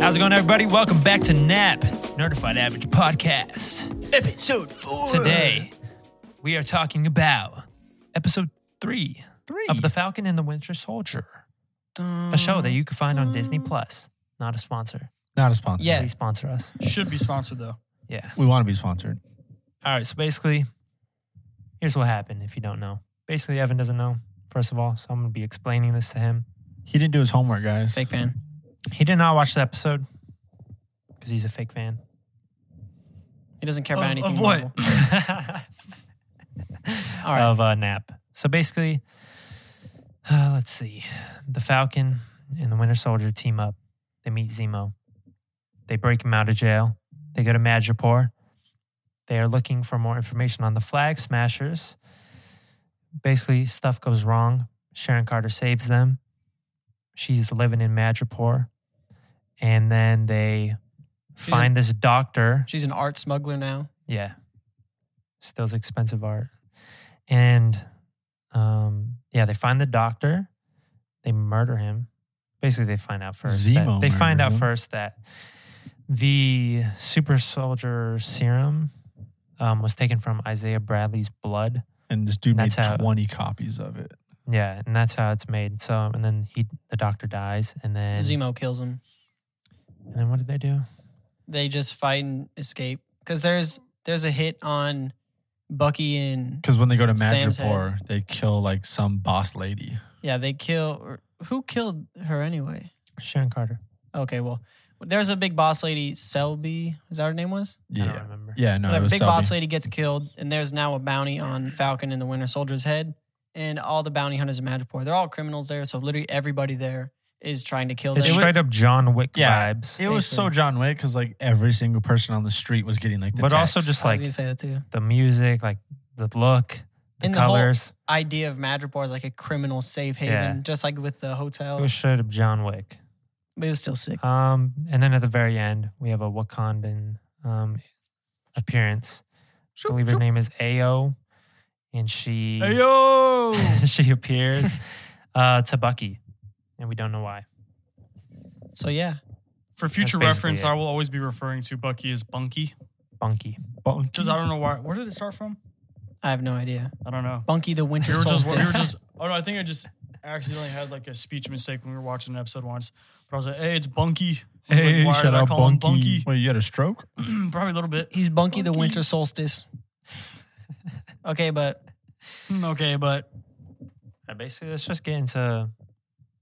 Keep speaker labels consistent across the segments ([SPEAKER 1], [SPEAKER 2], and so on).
[SPEAKER 1] How's it going, everybody? Welcome back to NAP, Nerdified Average Podcast.
[SPEAKER 2] Episode four.
[SPEAKER 1] Today, we are talking about episode three,
[SPEAKER 2] Three.
[SPEAKER 1] of The Falcon and the Winter Soldier, a show that you can find on Disney Plus. Not a sponsor.
[SPEAKER 3] Not a sponsor.
[SPEAKER 2] Yeah.
[SPEAKER 1] Please sponsor us.
[SPEAKER 4] Should be sponsored though.
[SPEAKER 1] Yeah.
[SPEAKER 3] We want to be sponsored.
[SPEAKER 1] All right. So basically, here's what happened if you don't know. Basically, Evan doesn't know, first of all. So I'm going to be explaining this to him.
[SPEAKER 3] He didn't do his homework, guys.
[SPEAKER 2] Fake fan.
[SPEAKER 1] He did not watch the episode because he's a fake fan.
[SPEAKER 2] He doesn't care about
[SPEAKER 4] Of-
[SPEAKER 2] anything.
[SPEAKER 4] of what?
[SPEAKER 2] Marvel. All right.
[SPEAKER 1] of uh, nap. So basically, uh, let's see. The Falcon and the Winter Soldier team up. They meet Zemo. They break him out of jail. They go to Madripoor. They are looking for more information on the Flag Smashers. Basically, stuff goes wrong. Sharon Carter saves them. She's living in Madripoor. And then they
[SPEAKER 2] a-
[SPEAKER 1] find this doctor.
[SPEAKER 2] She's an art smuggler now.
[SPEAKER 1] Yeah. Still's expensive art. And um, yeah, they find the doctor, they murder him. Basically, they find out first. that-
[SPEAKER 3] Zemo
[SPEAKER 1] they find
[SPEAKER 3] murders
[SPEAKER 1] out
[SPEAKER 3] him.
[SPEAKER 1] first that the super soldier serum um, was taken from Isaiah Bradley's blood.
[SPEAKER 3] And this dude made
[SPEAKER 1] That's how-
[SPEAKER 3] 20 copies of it.
[SPEAKER 1] Yeah, and that's how it's made. So, and then he, the doctor dies, and then
[SPEAKER 2] Zemo kills him.
[SPEAKER 1] and then what did they do?
[SPEAKER 2] They just fight and escape because there's there's a hit on Bucky and
[SPEAKER 3] Because when they go to
[SPEAKER 2] Sam's
[SPEAKER 3] Madripoor, they kill like some boss lady.
[SPEAKER 2] yeah they kill or- who killed her anyway.
[SPEAKER 1] Sharon Carter.
[SPEAKER 2] Okay, well there's a big boss lady Selby is that her name was?
[SPEAKER 1] I don't
[SPEAKER 3] Yeah.
[SPEAKER 1] remember.
[SPEAKER 3] Yeah, no, it
[SPEAKER 2] Whatever,
[SPEAKER 3] was
[SPEAKER 2] big boss
[SPEAKER 3] Selby.
[SPEAKER 2] lady gets killed and there's now a bounty on Falcon and the Winter Soldier's head and all the bounty hunters in Madripoor they're all criminals there so literally everybody there is trying to kill them.
[SPEAKER 1] It's straight up John Wick
[SPEAKER 3] Yeah.
[SPEAKER 1] vibes,
[SPEAKER 3] It was so
[SPEAKER 2] basically.
[SPEAKER 3] John Wick because like every single person on the street was getting like the
[SPEAKER 1] but also
[SPEAKER 3] text.
[SPEAKER 1] just
[SPEAKER 2] I was
[SPEAKER 1] like
[SPEAKER 2] gonna say that too.
[SPEAKER 1] the music, like the look, the
[SPEAKER 2] And the whole-
[SPEAKER 1] colors.
[SPEAKER 2] idea of Madripoor is like a criminal safe haven,
[SPEAKER 1] Yeah.
[SPEAKER 2] just like with the hotel.
[SPEAKER 1] It was straight up John Wick.
[SPEAKER 2] but it was still sick.
[SPEAKER 1] Um, and then at the very end, we have a Wakandan um, appearance. I believe her name is Ao, and she
[SPEAKER 4] yo!
[SPEAKER 1] she appears uh, to Bucky, and we don't know why.
[SPEAKER 2] So yeah,
[SPEAKER 4] For future
[SPEAKER 1] basically
[SPEAKER 4] reference,
[SPEAKER 1] it.
[SPEAKER 4] I will always be referring to Bucky as Bunky
[SPEAKER 1] Bunky.
[SPEAKER 3] Bonk.
[SPEAKER 4] because I don't know why. Where did it start from?
[SPEAKER 2] I have no idea.
[SPEAKER 4] I don't know.
[SPEAKER 2] Bunky the
[SPEAKER 4] We
[SPEAKER 2] Winter
[SPEAKER 4] were just, we were
[SPEAKER 2] Solstice.
[SPEAKER 4] just. Oh no, I think I just accidentally had like a speech mistake when we were watching an episode once. But I was like, "Hey, it's Bunky." I was like, why did I call him
[SPEAKER 3] Wait, you had a stroke?
[SPEAKER 4] Bunky? Probably a little bit.
[SPEAKER 2] He's Bunky, the
[SPEAKER 4] Bunky.
[SPEAKER 2] Winter Solstice. okay, but
[SPEAKER 4] Mm, Okay, but
[SPEAKER 1] Uh, basically, let's just get into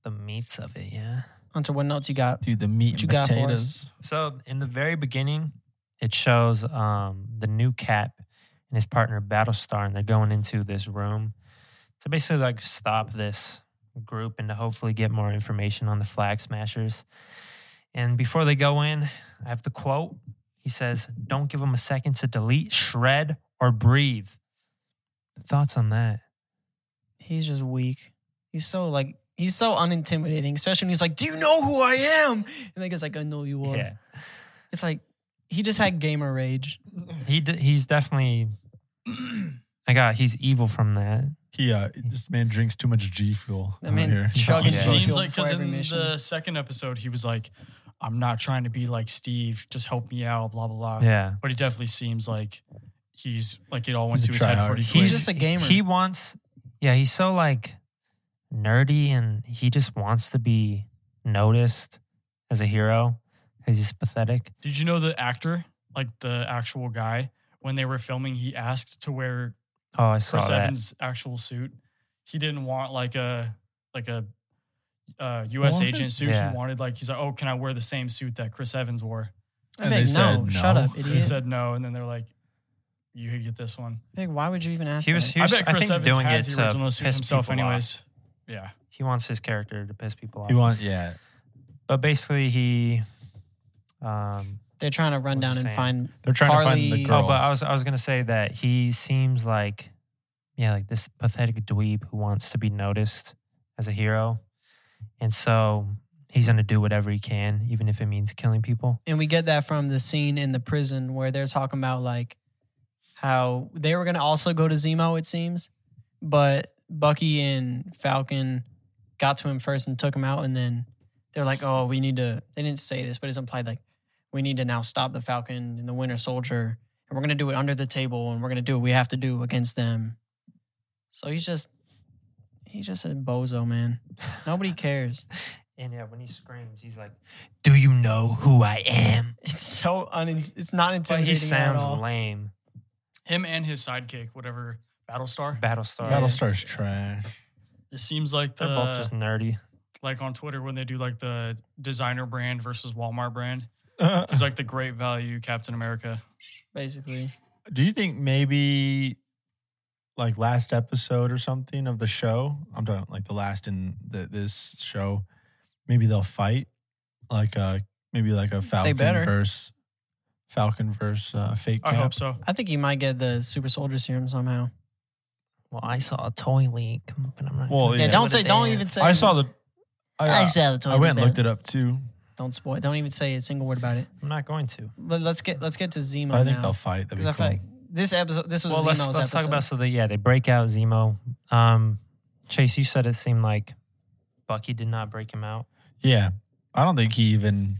[SPEAKER 1] the meats of it. Yeah.
[SPEAKER 2] onto what else you got?
[SPEAKER 3] Dude, the meat
[SPEAKER 2] What
[SPEAKER 3] and
[SPEAKER 2] you got for
[SPEAKER 3] potatoes.
[SPEAKER 1] So in the very beginning, it shows um, the new Cap and his partner Battlestar, and they're going into this room to basically like stop this group and to hopefully get more information on the Flag Smashers. And before they go in, I have the quote. He says, "Don't give them a second to delete, shred, or breathe." Thoughts on that?
[SPEAKER 2] He's just weak. He's so like he's so unintimidating, especially when he's like, "Do you know who I am?" And the guy's like, "I know you are."
[SPEAKER 1] Yeah,
[SPEAKER 2] It's like he just had gamer rage.
[SPEAKER 1] he d- he's definitely. I got he's evil from that.
[SPEAKER 3] He, uh, this man drinks too much G fuel.
[SPEAKER 2] That
[SPEAKER 3] over
[SPEAKER 2] man's
[SPEAKER 3] here.
[SPEAKER 2] chugging
[SPEAKER 4] it
[SPEAKER 2] Yeah.
[SPEAKER 4] seems
[SPEAKER 2] Field
[SPEAKER 4] like because
[SPEAKER 2] for every
[SPEAKER 4] in
[SPEAKER 2] mission.
[SPEAKER 4] the second episode, he was like, "I'm not trying to be like Steve. Just help me out." Blah blah blah.
[SPEAKER 1] Yeah.
[SPEAKER 4] But he definitely seems like he's like it all went
[SPEAKER 3] He's
[SPEAKER 4] to
[SPEAKER 3] a
[SPEAKER 4] his head
[SPEAKER 3] tryhard.
[SPEAKER 4] pretty quick.
[SPEAKER 2] He's just a gamer.
[SPEAKER 1] He wants, yeah, he's so like nerdy and he just wants to be noticed as a hero because he's pathetic.
[SPEAKER 4] Did you know the actor, like the actual guy, when they were filming, he asked to wear
[SPEAKER 1] Oh, I saw
[SPEAKER 4] Chris
[SPEAKER 1] that.
[SPEAKER 4] Evans' actual suit. He didn't want like a like a uh, U.S.
[SPEAKER 3] What?
[SPEAKER 4] agent suit.
[SPEAKER 1] Yeah.
[SPEAKER 4] He wanted like he's like, oh, can I wear the same suit that Chris Evans wore?
[SPEAKER 2] I
[SPEAKER 3] And
[SPEAKER 2] beg,
[SPEAKER 3] they
[SPEAKER 2] no,
[SPEAKER 3] said
[SPEAKER 2] shut
[SPEAKER 3] no.
[SPEAKER 2] up,
[SPEAKER 3] They
[SPEAKER 4] They
[SPEAKER 2] idiot.
[SPEAKER 4] said no, and then they're like, you could get this one.
[SPEAKER 2] Big, why would you even ask?
[SPEAKER 1] He was,
[SPEAKER 2] that?
[SPEAKER 1] he was
[SPEAKER 4] I bet
[SPEAKER 1] I
[SPEAKER 4] Chris
[SPEAKER 1] think,
[SPEAKER 4] Evans
[SPEAKER 1] doing
[SPEAKER 4] has
[SPEAKER 1] it
[SPEAKER 4] the
[SPEAKER 1] to
[SPEAKER 4] original
[SPEAKER 1] piss
[SPEAKER 4] suit himself,
[SPEAKER 1] people off.
[SPEAKER 4] anyways. Yeah,
[SPEAKER 1] He wants his character to piss people off.
[SPEAKER 3] You want, yeah.
[SPEAKER 1] but basically, he, um, oh,
[SPEAKER 2] They're trying to run
[SPEAKER 1] What's
[SPEAKER 2] down
[SPEAKER 1] it
[SPEAKER 2] and
[SPEAKER 1] saying?
[SPEAKER 2] find
[SPEAKER 3] They're trying to find the
[SPEAKER 2] Carly-
[SPEAKER 3] girl.
[SPEAKER 1] oh, but I was, I was going to say that he seems like yeah, like this pathetic dweeb who wants to be noticed as a hero. And so he's going to do whatever he can, even if it means killing people.
[SPEAKER 2] And we get that from the scene in the prison where they're talking about like how they were going to also go to Zemo, it seems, but Bucky and Falcon got to him first and took him out. And then they're like, oh, we need to, they didn't say this, but it's implied like, we need to now stop the Falcon and the Winter Soldier. And we're going to do it under the table and we're going to do what we have to do against them. So he's just, he's just a bozo, man. Nobody cares.
[SPEAKER 1] And yeah, when he screams, he's like, Do you know who I am?
[SPEAKER 2] It's so un. It's not
[SPEAKER 1] But
[SPEAKER 2] intimidating
[SPEAKER 1] he
[SPEAKER 2] at all.
[SPEAKER 1] sounds lame.
[SPEAKER 4] Him and his sidekick, whatever Battlestar.
[SPEAKER 1] Battlestar.
[SPEAKER 3] Battlestar's trash.
[SPEAKER 4] It seems like
[SPEAKER 1] They're
[SPEAKER 2] Uh,
[SPEAKER 1] both
[SPEAKER 4] the
[SPEAKER 1] just nerdy.
[SPEAKER 4] like on Twitter when they do like the designer brand versus Walmart brand.
[SPEAKER 3] Uh,
[SPEAKER 4] It's like the great value Captain America.
[SPEAKER 2] Basically,
[SPEAKER 3] Do you think maybe like last episode or something of the show? I'm talking like the last in the, this show. Maybe they'll fight, like a maybe like a Falcon
[SPEAKER 2] better.
[SPEAKER 3] verse, Falcon verse uh, fake.
[SPEAKER 4] I
[SPEAKER 3] Cap.
[SPEAKER 4] hope so.
[SPEAKER 2] I think he might get the super soldier serum somehow.
[SPEAKER 1] Well, I saw a toy leak, but I'm not.
[SPEAKER 3] Well,
[SPEAKER 1] gonna
[SPEAKER 3] Oh, Yeah,
[SPEAKER 2] Yeah,
[SPEAKER 1] say
[SPEAKER 2] don't
[SPEAKER 1] what
[SPEAKER 2] say.
[SPEAKER 1] it
[SPEAKER 2] Don't
[SPEAKER 1] is.
[SPEAKER 2] even say.
[SPEAKER 3] I saw the. I,
[SPEAKER 2] I
[SPEAKER 3] I,
[SPEAKER 2] saw the toilet.
[SPEAKER 3] I went and
[SPEAKER 2] man.
[SPEAKER 3] looked it up too.
[SPEAKER 2] Don't spoil. Don't even say a single word about it.
[SPEAKER 1] I'm not going to.
[SPEAKER 2] But let's get let's get to Zemo
[SPEAKER 3] But I think
[SPEAKER 2] now.
[SPEAKER 3] they'll fight. That'd
[SPEAKER 2] 'Cause
[SPEAKER 3] be
[SPEAKER 2] I
[SPEAKER 3] cool.
[SPEAKER 2] feel like this episode. This was
[SPEAKER 1] Well,
[SPEAKER 2] Zemo's
[SPEAKER 1] let's,
[SPEAKER 2] episode.
[SPEAKER 1] let's talk about so that. Yeah, they break out Zemo. Um, Chase, you said it seemed like Bucky did not break him out.
[SPEAKER 3] Yeah. I don't think he even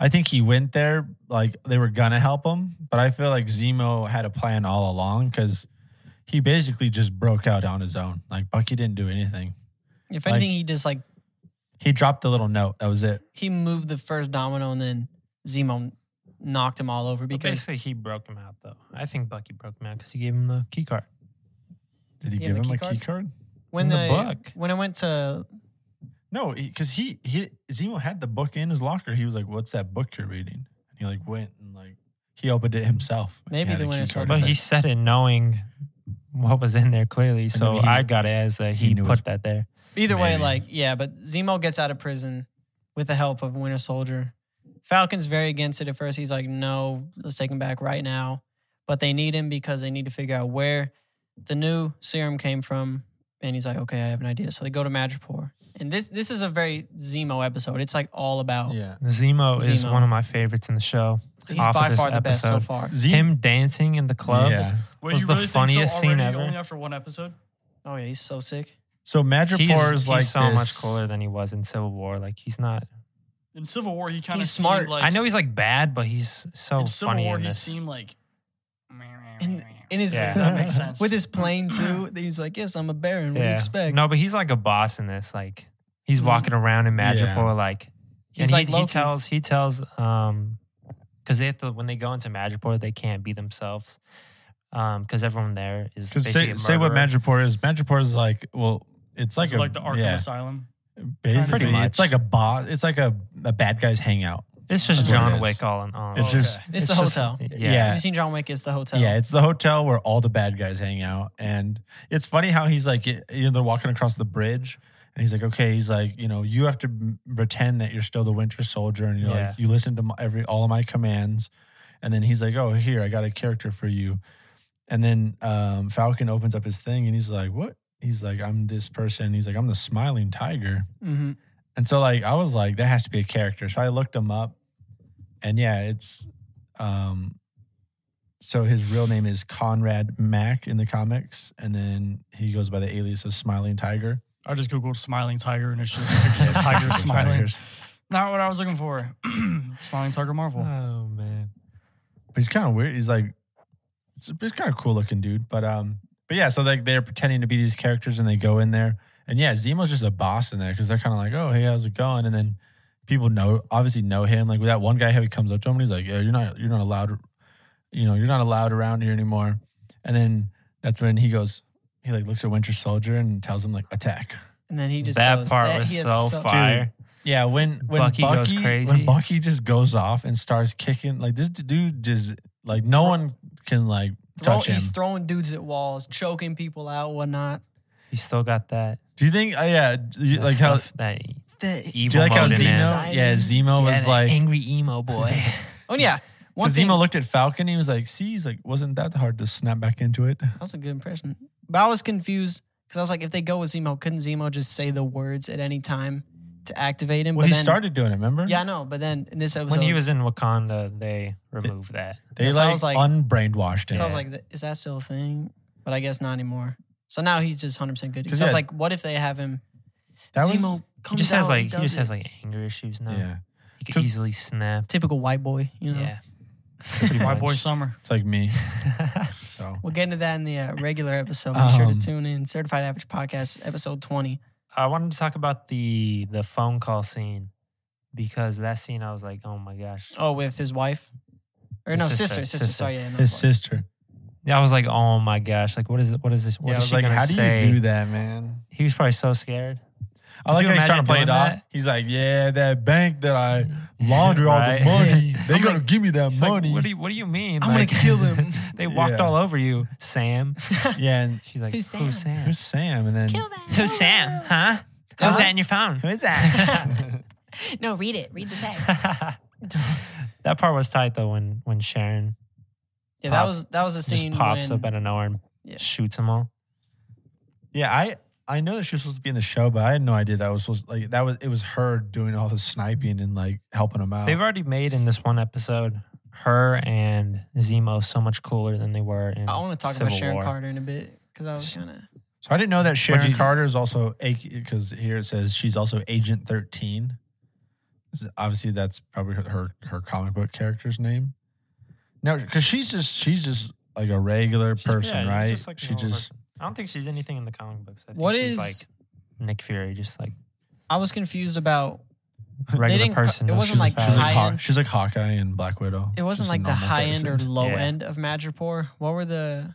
[SPEAKER 3] I think he went there like they were gonna help him, but I feel like Zemo had a plan all along because he basically just broke out on his own. Like Bucky didn't do anything.
[SPEAKER 2] If
[SPEAKER 3] like-
[SPEAKER 2] anything, he just like
[SPEAKER 3] He dropped the little note. That was it.
[SPEAKER 2] he moved the first domino and then Zemo knocked him all over
[SPEAKER 1] But
[SPEAKER 2] because
[SPEAKER 1] basically, he broke him out though. I think Bucky broke him out because he gave him the key card.
[SPEAKER 3] Did he
[SPEAKER 2] Yeah,
[SPEAKER 3] give
[SPEAKER 2] the
[SPEAKER 3] him
[SPEAKER 2] key
[SPEAKER 3] a
[SPEAKER 2] card?
[SPEAKER 3] key card?
[SPEAKER 2] when
[SPEAKER 1] in the
[SPEAKER 2] the,
[SPEAKER 1] book.
[SPEAKER 2] when I went to
[SPEAKER 3] No, because he, he Zemo had the book in his locker. He was like, "What's that book you're reading?" And he like went and like he opened it himself. He
[SPEAKER 2] Maybe
[SPEAKER 3] had
[SPEAKER 2] the
[SPEAKER 3] a key
[SPEAKER 2] Winter
[SPEAKER 3] card
[SPEAKER 2] Soldier-
[SPEAKER 1] But
[SPEAKER 3] in
[SPEAKER 1] he
[SPEAKER 3] there.
[SPEAKER 1] said it knowing what was in there clearly. So
[SPEAKER 3] then he-
[SPEAKER 1] I got it as that
[SPEAKER 3] he
[SPEAKER 1] he,
[SPEAKER 3] knew
[SPEAKER 1] put
[SPEAKER 3] his-
[SPEAKER 1] that there.
[SPEAKER 2] Either way,
[SPEAKER 3] Maybe.
[SPEAKER 2] like yeah, but Zemo gets out of prison with the help of Winter Soldier. Falcon's very against it at first. He's like, "No, let's take him back right now." But they need him because they need to figure out where the new serum came from. And he's like, "Okay, I have an idea." So they go to Madripoor, and this this is a very Zemo episode. It's like all about
[SPEAKER 3] yeah.
[SPEAKER 1] Zemo, is
[SPEAKER 2] Zemo.
[SPEAKER 1] one of my favorites in the show.
[SPEAKER 2] he's
[SPEAKER 1] Off of
[SPEAKER 2] by
[SPEAKER 1] this
[SPEAKER 2] far the best so
[SPEAKER 1] episode.
[SPEAKER 2] far.
[SPEAKER 3] Zemo,
[SPEAKER 1] Him dancing in the club.
[SPEAKER 3] Yeah.
[SPEAKER 4] Wait,
[SPEAKER 1] Was
[SPEAKER 4] you
[SPEAKER 1] the
[SPEAKER 4] really
[SPEAKER 1] funniest
[SPEAKER 4] think so
[SPEAKER 1] scene
[SPEAKER 4] already,
[SPEAKER 1] ever.
[SPEAKER 4] Only after one episode.
[SPEAKER 2] Oh yeah, he's so sick.
[SPEAKER 3] So
[SPEAKER 1] He's,
[SPEAKER 3] Madripoor is
[SPEAKER 1] he's
[SPEAKER 3] like
[SPEAKER 1] so much
[SPEAKER 3] this-
[SPEAKER 1] cooler than he was in Civil War. Like he's not.
[SPEAKER 4] In Civil War, he kind of
[SPEAKER 2] He's smart.
[SPEAKER 4] Like,
[SPEAKER 1] I know he's like bad, but he's so
[SPEAKER 4] in Civil
[SPEAKER 1] funny
[SPEAKER 4] War,
[SPEAKER 1] in
[SPEAKER 4] he
[SPEAKER 1] this.
[SPEAKER 4] seemed like.
[SPEAKER 2] And in his
[SPEAKER 1] Yeah.
[SPEAKER 4] that makes sense.
[SPEAKER 2] with his plane too, he's like, "Yes, I'm a Baron. What do you expect?"
[SPEAKER 1] No, but he's like a boss in this. Like he's
[SPEAKER 2] Mhm.
[SPEAKER 1] walking around in Madripoor,
[SPEAKER 3] Yeah.
[SPEAKER 1] like
[SPEAKER 2] he's
[SPEAKER 1] and
[SPEAKER 2] like
[SPEAKER 1] he, he
[SPEAKER 2] Loki.
[SPEAKER 1] tells he tells um because they have to when they go into Madripoor they can't be themselves um because everyone there is
[SPEAKER 3] Because
[SPEAKER 1] basically
[SPEAKER 3] say,
[SPEAKER 1] a
[SPEAKER 3] say what
[SPEAKER 1] murderer.
[SPEAKER 3] Madripoor is. Madripoor is like, well, it's like
[SPEAKER 4] like,
[SPEAKER 3] a,
[SPEAKER 4] like the Arkham Asylum.
[SPEAKER 3] basically,
[SPEAKER 1] Pretty much.
[SPEAKER 3] it's like a boss. It's like a, a bad guy's hangout.
[SPEAKER 1] It's just
[SPEAKER 3] That's what
[SPEAKER 1] John
[SPEAKER 3] it is.
[SPEAKER 1] Wick all in all.
[SPEAKER 3] It's
[SPEAKER 4] Oh,
[SPEAKER 3] just
[SPEAKER 4] okay.
[SPEAKER 2] It's the
[SPEAKER 3] just-
[SPEAKER 2] hotel.
[SPEAKER 1] Yeah.
[SPEAKER 3] yeah,
[SPEAKER 2] You've seen John Wick? It's the hotel.
[SPEAKER 3] yeah. It's the hotel where all the bad guys hang out, and it's funny how he's like, you know, they're walking across the bridge. And he's like, okay, he's like, you know, you have to m- pretend that you're still the Winter Soldier, and you're
[SPEAKER 1] Yeah.
[SPEAKER 3] like, you listen to my, every all of my commands. And then he's like, oh, here, I got a character for you. And then um, Falcon opens up his thing, and he's like, what? He's like, I'm this person. He's like, I'm the Smiling Tiger.
[SPEAKER 2] hmm
[SPEAKER 3] And so like I was like, that has to be a character. So I looked him up and yeah, it's um so his real name is Conrad Mack in the comics, and then he goes by the alias of Smiling Tiger.
[SPEAKER 4] I just googled smiling tiger and it's just pictures of tigers smiling.
[SPEAKER 3] Tigers.
[SPEAKER 4] Not what I was looking for. smiling tiger Marvel.
[SPEAKER 2] Uh,
[SPEAKER 1] Oh man.
[SPEAKER 3] But he's kind of weird. He's like it's he's kind of cool looking dude. But um but yeah, so like they're pretending to be these characters and they go in there. And yeah, Zemo's just a boss in there because they're kind of like, oh hey, how's it going? And then people know obviously know him. Like with that one guy who comes up to him and he's like, Yeah, you're not you're not allowed you know, you're not allowed around here anymore. And then that's when he goes, he like looks at Winter Soldier and tells him like attack.
[SPEAKER 2] And then he just
[SPEAKER 1] that
[SPEAKER 2] goes,
[SPEAKER 1] part
[SPEAKER 2] "That-
[SPEAKER 1] was
[SPEAKER 2] he is
[SPEAKER 1] so, fire.
[SPEAKER 3] Yeah, when when
[SPEAKER 1] Bucky
[SPEAKER 3] Bucky,
[SPEAKER 1] goes crazy.
[SPEAKER 3] when Bucky just goes off and starts kicking, like this dude just like no one can like
[SPEAKER 2] Throw,
[SPEAKER 3] touch him.
[SPEAKER 2] he's throwing dudes at walls, choking people out, whatnot.
[SPEAKER 1] He still got that,
[SPEAKER 3] Do you think? Uh, yeah, do you,
[SPEAKER 1] that
[SPEAKER 3] like how?
[SPEAKER 1] stuff, that
[SPEAKER 2] The-
[SPEAKER 3] Do you
[SPEAKER 1] evil
[SPEAKER 3] like how
[SPEAKER 1] mode in
[SPEAKER 2] Emoted
[SPEAKER 1] him.
[SPEAKER 3] Zemo?
[SPEAKER 2] man.
[SPEAKER 3] Yeah, Zemo
[SPEAKER 1] Yeah,
[SPEAKER 3] was
[SPEAKER 1] that
[SPEAKER 3] like,
[SPEAKER 1] angry emo boy.
[SPEAKER 2] oh yeah, One
[SPEAKER 3] Because
[SPEAKER 2] thing,
[SPEAKER 3] Zemo looked at Falcon, he was like, "See, he's like, wasn't that hard to snap back into it?"
[SPEAKER 2] that was a good impression. But I was confused because I was like, if they go with Zemo, couldn't Zemo just say the words at any time to activate him?
[SPEAKER 3] Well,
[SPEAKER 2] but
[SPEAKER 3] he
[SPEAKER 2] then,
[SPEAKER 3] started doing it. Remember?
[SPEAKER 2] Yeah, I know. But then in this episode,
[SPEAKER 1] When he was in Wakanda, they removed that.
[SPEAKER 3] They
[SPEAKER 2] Yes, I
[SPEAKER 3] like,
[SPEAKER 2] was like-
[SPEAKER 3] unbrainwashed
[SPEAKER 2] so I was
[SPEAKER 1] Yeah.
[SPEAKER 3] him.
[SPEAKER 2] like, th- is that still a thing? But I guess not anymore. So now he's just hundred percent good.
[SPEAKER 3] 'Cause
[SPEAKER 2] Because I was
[SPEAKER 3] yeah.
[SPEAKER 2] like, what if they have him?
[SPEAKER 3] That was-
[SPEAKER 2] Zemo
[SPEAKER 1] He
[SPEAKER 2] comes
[SPEAKER 1] just
[SPEAKER 2] out
[SPEAKER 1] has like
[SPEAKER 2] and
[SPEAKER 1] he
[SPEAKER 2] does
[SPEAKER 1] just
[SPEAKER 2] it.
[SPEAKER 1] has like anger issues now.
[SPEAKER 3] yeah,
[SPEAKER 1] He could
[SPEAKER 3] 'Cause-
[SPEAKER 1] easily snap.
[SPEAKER 2] typical white boy, you know.
[SPEAKER 1] Yeah.
[SPEAKER 4] My boy Summer.
[SPEAKER 3] it's like me. So
[SPEAKER 2] We'll get into that in the uh, regular episode. Make sure
[SPEAKER 3] Um,
[SPEAKER 2] to tune in. Certified Average Podcast, episode 20.
[SPEAKER 1] I wanted to talk about the the phone call scene because that scene I was like, oh my gosh.
[SPEAKER 2] Oh, with his wife? Or
[SPEAKER 1] His
[SPEAKER 2] no,
[SPEAKER 1] sister,
[SPEAKER 2] sister, sister.
[SPEAKER 1] sister.
[SPEAKER 2] Sorry, yeah. No,
[SPEAKER 3] his
[SPEAKER 2] fuck.
[SPEAKER 3] sister.
[SPEAKER 1] Yeah, I was like, oh my gosh, like what is what is this? What
[SPEAKER 3] Yeah, I
[SPEAKER 1] is
[SPEAKER 3] was
[SPEAKER 1] she
[SPEAKER 3] like,
[SPEAKER 1] gonna
[SPEAKER 3] "How do
[SPEAKER 1] say?
[SPEAKER 3] you do that, man?"
[SPEAKER 1] He was probably so scared.
[SPEAKER 3] I like
[SPEAKER 1] you
[SPEAKER 3] how he's trying
[SPEAKER 1] imagine
[SPEAKER 3] to play it
[SPEAKER 1] doing
[SPEAKER 3] off.
[SPEAKER 1] that?
[SPEAKER 3] He's like, "Yeah, that bank that I laundered all
[SPEAKER 1] Right.
[SPEAKER 3] the money. They
[SPEAKER 1] I'm
[SPEAKER 3] gonna give me that
[SPEAKER 1] He's like,
[SPEAKER 3] money."
[SPEAKER 1] what do you what do you mean?
[SPEAKER 2] I'm gonna kill him.
[SPEAKER 1] they walked
[SPEAKER 3] Yeah.
[SPEAKER 1] all over you, Sam.
[SPEAKER 3] yeah, and
[SPEAKER 1] She's like,
[SPEAKER 2] Who's
[SPEAKER 1] Who's
[SPEAKER 2] Sam?"
[SPEAKER 1] Sam?
[SPEAKER 3] who's Sam? And then
[SPEAKER 1] Who's Sam? Huh?
[SPEAKER 2] That
[SPEAKER 1] Who's
[SPEAKER 2] was-
[SPEAKER 1] that in your phone?
[SPEAKER 3] who is that?
[SPEAKER 5] No, read it. Read the text.
[SPEAKER 1] that part was tight though when when Sharon
[SPEAKER 2] Yeah, that
[SPEAKER 1] Pop-
[SPEAKER 2] was that was a
[SPEAKER 1] just
[SPEAKER 2] scene.
[SPEAKER 1] pops
[SPEAKER 2] when,
[SPEAKER 1] up out of nowhere and
[SPEAKER 2] Yeah.
[SPEAKER 1] shoots them all.
[SPEAKER 3] yeah, I I know that she was supposed to be in the show, but I had no idea that was supposed like that was it was her doing all the sniping and like helping him out.
[SPEAKER 1] They've already made in this one episode her and Zemo so much cooler than they were in.
[SPEAKER 2] I want to talk
[SPEAKER 1] Civil
[SPEAKER 2] about Sharon
[SPEAKER 1] War.
[SPEAKER 2] Carter in a bit because I was kind of.
[SPEAKER 3] So I didn't know that Sharon
[SPEAKER 1] you-
[SPEAKER 3] Carter is also because here it says she's also Agent Thirteen. This is- Obviously, that's probably her her, her comic book character's name. No, because she's just she's just like a regular
[SPEAKER 1] She's-
[SPEAKER 3] person,
[SPEAKER 1] yeah, she's
[SPEAKER 3] right?
[SPEAKER 1] just like a
[SPEAKER 3] she
[SPEAKER 1] normal
[SPEAKER 3] just
[SPEAKER 1] I don't think she's anything in the comic books. I think
[SPEAKER 2] What
[SPEAKER 1] she's
[SPEAKER 2] is.
[SPEAKER 1] like Nick Fury, just like
[SPEAKER 2] I was confused about.
[SPEAKER 1] regular
[SPEAKER 2] didn't co-
[SPEAKER 1] person.
[SPEAKER 2] it
[SPEAKER 1] who
[SPEAKER 2] wasn't
[SPEAKER 1] shoots
[SPEAKER 2] like
[SPEAKER 1] back.
[SPEAKER 3] she's like,
[SPEAKER 2] high
[SPEAKER 3] Haw-
[SPEAKER 2] end-
[SPEAKER 3] she's like Hawkeye and Black Widow.
[SPEAKER 2] It wasn't
[SPEAKER 3] Just a
[SPEAKER 2] like the
[SPEAKER 3] normal
[SPEAKER 2] high end or
[SPEAKER 3] person.
[SPEAKER 2] low
[SPEAKER 1] Yeah.
[SPEAKER 2] end of Madripoor. What were the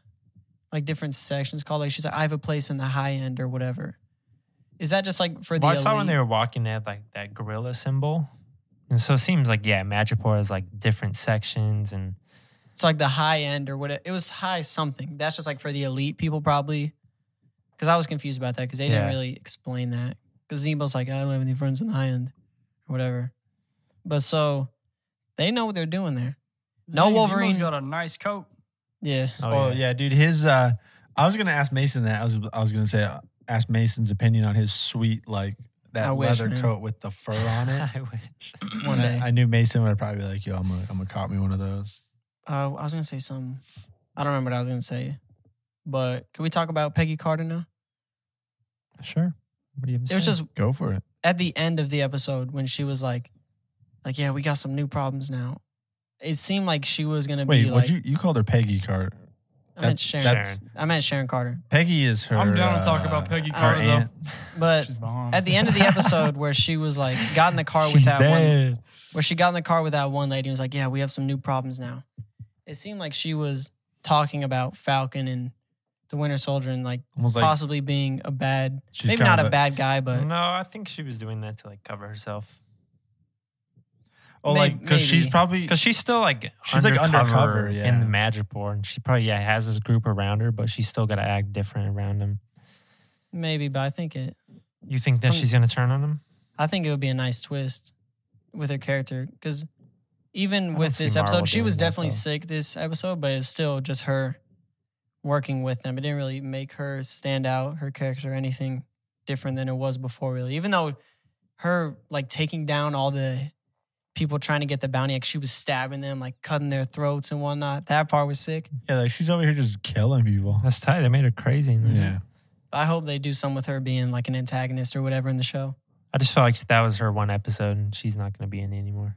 [SPEAKER 2] like different sections called? Like she's like, I have a place in the high end or whatever. Is that just like for the?
[SPEAKER 1] Well, I saw when
[SPEAKER 2] elite?
[SPEAKER 1] they were walking, they had like that gorilla symbol, and so it seems like yeah, Madripoor is like different sections and
[SPEAKER 2] It's like the high end or whatever. It was high something. That's just like for the elite people probably. Because I was confused about that because they didn't
[SPEAKER 1] Yeah.
[SPEAKER 2] really explain that. Because Zemo's like, I don't have any friends in the high end or whatever. But so they know what they're doing there. No
[SPEAKER 4] Zemo's
[SPEAKER 2] Wolverine.
[SPEAKER 4] got a nice coat.
[SPEAKER 2] Yeah.
[SPEAKER 1] oh,
[SPEAKER 3] Oh
[SPEAKER 1] yeah.
[SPEAKER 3] yeah, dude. His uh, I was gonna ask Mason that. I was I was gonna say uh, ask Mason's opinion on his sweet like
[SPEAKER 2] I
[SPEAKER 3] that
[SPEAKER 2] wish,
[SPEAKER 3] leather
[SPEAKER 2] man.
[SPEAKER 3] coat with the fur on it.
[SPEAKER 1] I wish.
[SPEAKER 2] One day.
[SPEAKER 3] I knew Mason would probably be like, "Yo, I'm gonna, I'm gonna cop me one of those."
[SPEAKER 2] Uh, I was going to say something. I don't remember what I was going to say. But can we talk about Peggy Carter now?
[SPEAKER 1] Sure. What do you have to
[SPEAKER 2] It was
[SPEAKER 1] say?
[SPEAKER 2] just
[SPEAKER 3] Go for it.
[SPEAKER 2] at the end of the episode when she was like, like, yeah, we got some new problems now. It seemed like she was going to
[SPEAKER 3] Wait,
[SPEAKER 2] be
[SPEAKER 3] what
[SPEAKER 2] like,
[SPEAKER 3] you you called her Peggy Carter?
[SPEAKER 2] I
[SPEAKER 3] that's-
[SPEAKER 2] meant Sharon.
[SPEAKER 3] that's-
[SPEAKER 2] I meant Sharon Carter.
[SPEAKER 3] Peggy is her.
[SPEAKER 4] I'm down to talk
[SPEAKER 3] uh,
[SPEAKER 4] about Peggy
[SPEAKER 3] her
[SPEAKER 4] Carter, though.
[SPEAKER 3] aunt.
[SPEAKER 2] But
[SPEAKER 4] She's bomb.
[SPEAKER 2] at the end of the episode where she was like got in the car with that one where she got in the car with that one lady and was like, Yeah, we have some new problems now. It seemed like she was talking about Falcon and the Winter Soldier and like,
[SPEAKER 3] Almost like
[SPEAKER 2] possibly being a bad
[SPEAKER 3] she's
[SPEAKER 2] maybe not
[SPEAKER 3] kinda
[SPEAKER 2] a
[SPEAKER 3] the-
[SPEAKER 2] bad guy, but
[SPEAKER 1] no, I think she was doing that to like cover herself
[SPEAKER 3] Oh,
[SPEAKER 2] May-
[SPEAKER 3] like because she's
[SPEAKER 2] maybe.
[SPEAKER 3] probably
[SPEAKER 1] because she's still like
[SPEAKER 3] She's, like, undercover,
[SPEAKER 1] in the
[SPEAKER 3] yeah.
[SPEAKER 1] Madripoor, and she probably yeah has this group around her, but she's still got to act different around him.
[SPEAKER 2] maybe, but I think it
[SPEAKER 1] You think that
[SPEAKER 2] From-
[SPEAKER 1] she's gonna turn on him?
[SPEAKER 2] I think it would be a nice twist with her character because even
[SPEAKER 1] don't
[SPEAKER 2] with
[SPEAKER 1] see
[SPEAKER 2] this
[SPEAKER 1] Marvel
[SPEAKER 2] episode, she
[SPEAKER 1] doing
[SPEAKER 2] was
[SPEAKER 1] that,
[SPEAKER 2] definitely
[SPEAKER 1] though.
[SPEAKER 2] sick this episode, but it's still just her working with them. It didn't really make her stand out, her character, anything different than it was before, really. Even though her like taking down all the people trying to get the bounty, like she was stabbing them, like cutting their throats and whatnot. That part was sick.
[SPEAKER 1] Mm.
[SPEAKER 3] yeah, like she's over here just killing people.
[SPEAKER 1] That's tight. They made her crazy. In this.
[SPEAKER 3] Yeah,
[SPEAKER 2] I hope they do some with her being like an antagonist or whatever in the show.
[SPEAKER 1] I just felt like that was her one episode, and she's not gonna be in it anymore.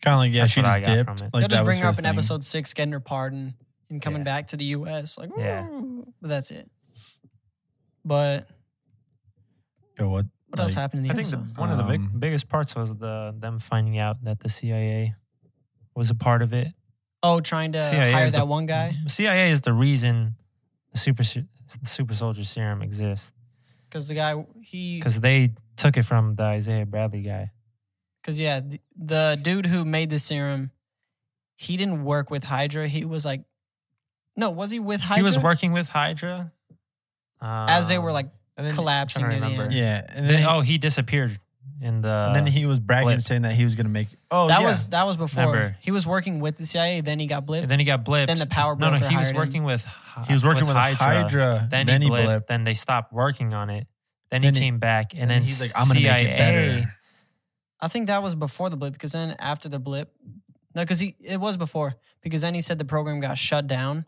[SPEAKER 3] kind of like yeah,
[SPEAKER 1] That's
[SPEAKER 3] she
[SPEAKER 1] what I
[SPEAKER 3] just
[SPEAKER 1] got from
[SPEAKER 3] dipped.
[SPEAKER 1] it.
[SPEAKER 3] Like
[SPEAKER 2] They'll just
[SPEAKER 3] that was
[SPEAKER 2] bring her
[SPEAKER 3] her
[SPEAKER 2] up in
[SPEAKER 3] thing.
[SPEAKER 2] episode six, getting her pardon and coming
[SPEAKER 1] Yeah.
[SPEAKER 2] back to the U.S. Like,
[SPEAKER 1] Yeah.
[SPEAKER 2] "Woo." but that's it. But
[SPEAKER 3] Yo, what?
[SPEAKER 2] what else
[SPEAKER 3] Like,
[SPEAKER 2] happened in
[SPEAKER 1] I
[SPEAKER 2] the
[SPEAKER 1] think the,
[SPEAKER 2] episode?
[SPEAKER 1] one of the big,
[SPEAKER 3] Um,
[SPEAKER 1] biggest parts was the them finding out that the CIA was a part of it.
[SPEAKER 2] oh, trying to
[SPEAKER 1] CIA
[SPEAKER 2] hire
[SPEAKER 1] is
[SPEAKER 2] that
[SPEAKER 1] the-
[SPEAKER 2] one guy
[SPEAKER 1] CIA is the reason the super se- the super soldier serum exists Mm-hmm.
[SPEAKER 2] because the guy he
[SPEAKER 1] because they took it from the Isaiah Bradley guy.
[SPEAKER 2] because yeah the, the dude who made the serum, he didn't work with Hydra. He was like, no, was he with Hydra?
[SPEAKER 1] He was working with Hydra
[SPEAKER 2] as they were
[SPEAKER 1] um,
[SPEAKER 2] like
[SPEAKER 3] And then-
[SPEAKER 2] collapsing
[SPEAKER 1] trying
[SPEAKER 2] near
[SPEAKER 1] to
[SPEAKER 2] the
[SPEAKER 1] remember.
[SPEAKER 2] end.
[SPEAKER 3] Yeah, and
[SPEAKER 1] They-
[SPEAKER 3] then
[SPEAKER 1] oh, he disappeared in the.
[SPEAKER 3] and then he was bragging,
[SPEAKER 1] Blitz.
[SPEAKER 3] saying that he was going to make. Oh,
[SPEAKER 2] that
[SPEAKER 3] yeah.
[SPEAKER 2] was that was before
[SPEAKER 1] Remember.
[SPEAKER 2] he was working with the CIA. Then he got blipped.
[SPEAKER 1] and then he got blipped.
[SPEAKER 2] then the power
[SPEAKER 1] No, no,
[SPEAKER 2] broker
[SPEAKER 1] he was
[SPEAKER 2] hired him.
[SPEAKER 1] working with. Hy-
[SPEAKER 3] he was working with, Hydra.
[SPEAKER 1] Then, he blipped. Then they stopped working on it. Then,
[SPEAKER 3] Then
[SPEAKER 1] he
[SPEAKER 3] he-
[SPEAKER 1] came back, and,
[SPEAKER 3] and
[SPEAKER 1] then
[SPEAKER 3] he's like, "I'm gonna
[SPEAKER 1] CIA,
[SPEAKER 3] make it better."
[SPEAKER 2] I think that was before the blip because then after the blip, no, because he it was before because then he said the program got shut down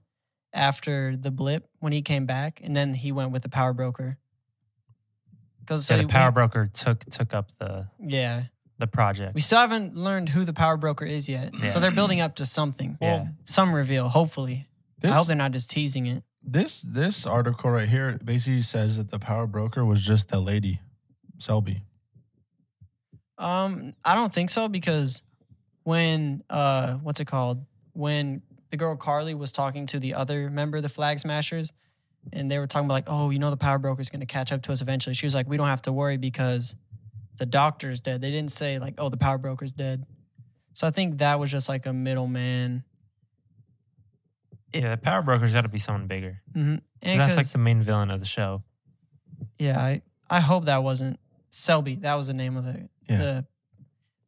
[SPEAKER 2] after the blip when he came back, and then he went with the power broker. Because
[SPEAKER 1] So the power broker took took up the
[SPEAKER 2] yeah,
[SPEAKER 1] the project.
[SPEAKER 2] we still haven't learned who the power broker is yet,
[SPEAKER 1] Yeah.
[SPEAKER 2] so they're building up to something,
[SPEAKER 1] yeah,
[SPEAKER 2] some reveal. Hopefully,
[SPEAKER 3] This,
[SPEAKER 2] I hope they're not just teasing it.
[SPEAKER 3] this this article right here basically says that the power broker was just that lady, Selby.
[SPEAKER 2] Um, I don't think so because when uh, what's it called? When the girl Carly was talking to the other member of the Flag Smashers, and they were talking about like, oh, you know, the power broker's going to catch up to us eventually. She was like, we don't have to worry because the doctor's dead. They didn't say like, oh, the power broker's dead. So I think that was just like a middleman.
[SPEAKER 1] yeah. The power broker's got to be someone bigger.
[SPEAKER 2] And
[SPEAKER 1] that's
[SPEAKER 2] 'cause-
[SPEAKER 1] like the main villain of the show.
[SPEAKER 2] Yeah, I, I hope that wasn't Selby. That was the name of the
[SPEAKER 3] Yeah.
[SPEAKER 2] the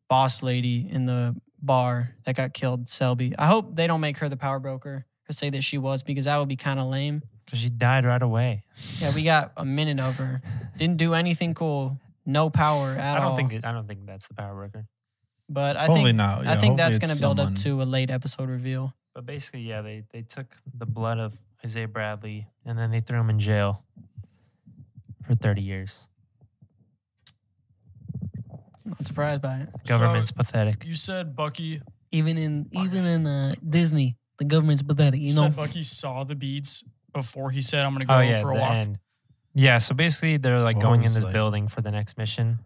[SPEAKER 2] boss lady in the bar that got killed, Selby. I hope they don't make her the power broker or say that she was because that would be kind of lame.
[SPEAKER 1] Because she died right away.
[SPEAKER 2] Yeah, we got a minute of her. Didn't do anything cool. No power
[SPEAKER 1] I
[SPEAKER 2] at
[SPEAKER 1] don't
[SPEAKER 2] all.
[SPEAKER 1] think it, I don't think that's the power broker.
[SPEAKER 2] but I
[SPEAKER 3] Hopefully
[SPEAKER 2] think
[SPEAKER 3] not.
[SPEAKER 2] I
[SPEAKER 3] Yeah,
[SPEAKER 2] think
[SPEAKER 3] hopefully
[SPEAKER 2] that's
[SPEAKER 3] it's
[SPEAKER 2] going to build up
[SPEAKER 3] someone-
[SPEAKER 2] to a late episode reveal.
[SPEAKER 1] But basically, yeah, they they took the blood of Isaiah Bradley and then they threw him in jail for thirty years.
[SPEAKER 2] I'm not surprised by it.
[SPEAKER 1] Government's
[SPEAKER 4] So-
[SPEAKER 1] pathetic.
[SPEAKER 4] You said Bucky.
[SPEAKER 2] Even in even in uh, Disney, the government's pathetic.
[SPEAKER 4] You,
[SPEAKER 2] You know,
[SPEAKER 4] said Bucky saw the beads before he said, "I'm gonna go
[SPEAKER 1] Oh yeah,
[SPEAKER 4] for a
[SPEAKER 1] the
[SPEAKER 4] walk."
[SPEAKER 1] end. Yeah, so basically they're like
[SPEAKER 3] Well,
[SPEAKER 1] going
[SPEAKER 3] it
[SPEAKER 1] in
[SPEAKER 3] was
[SPEAKER 1] this
[SPEAKER 3] like-
[SPEAKER 1] building for the next mission,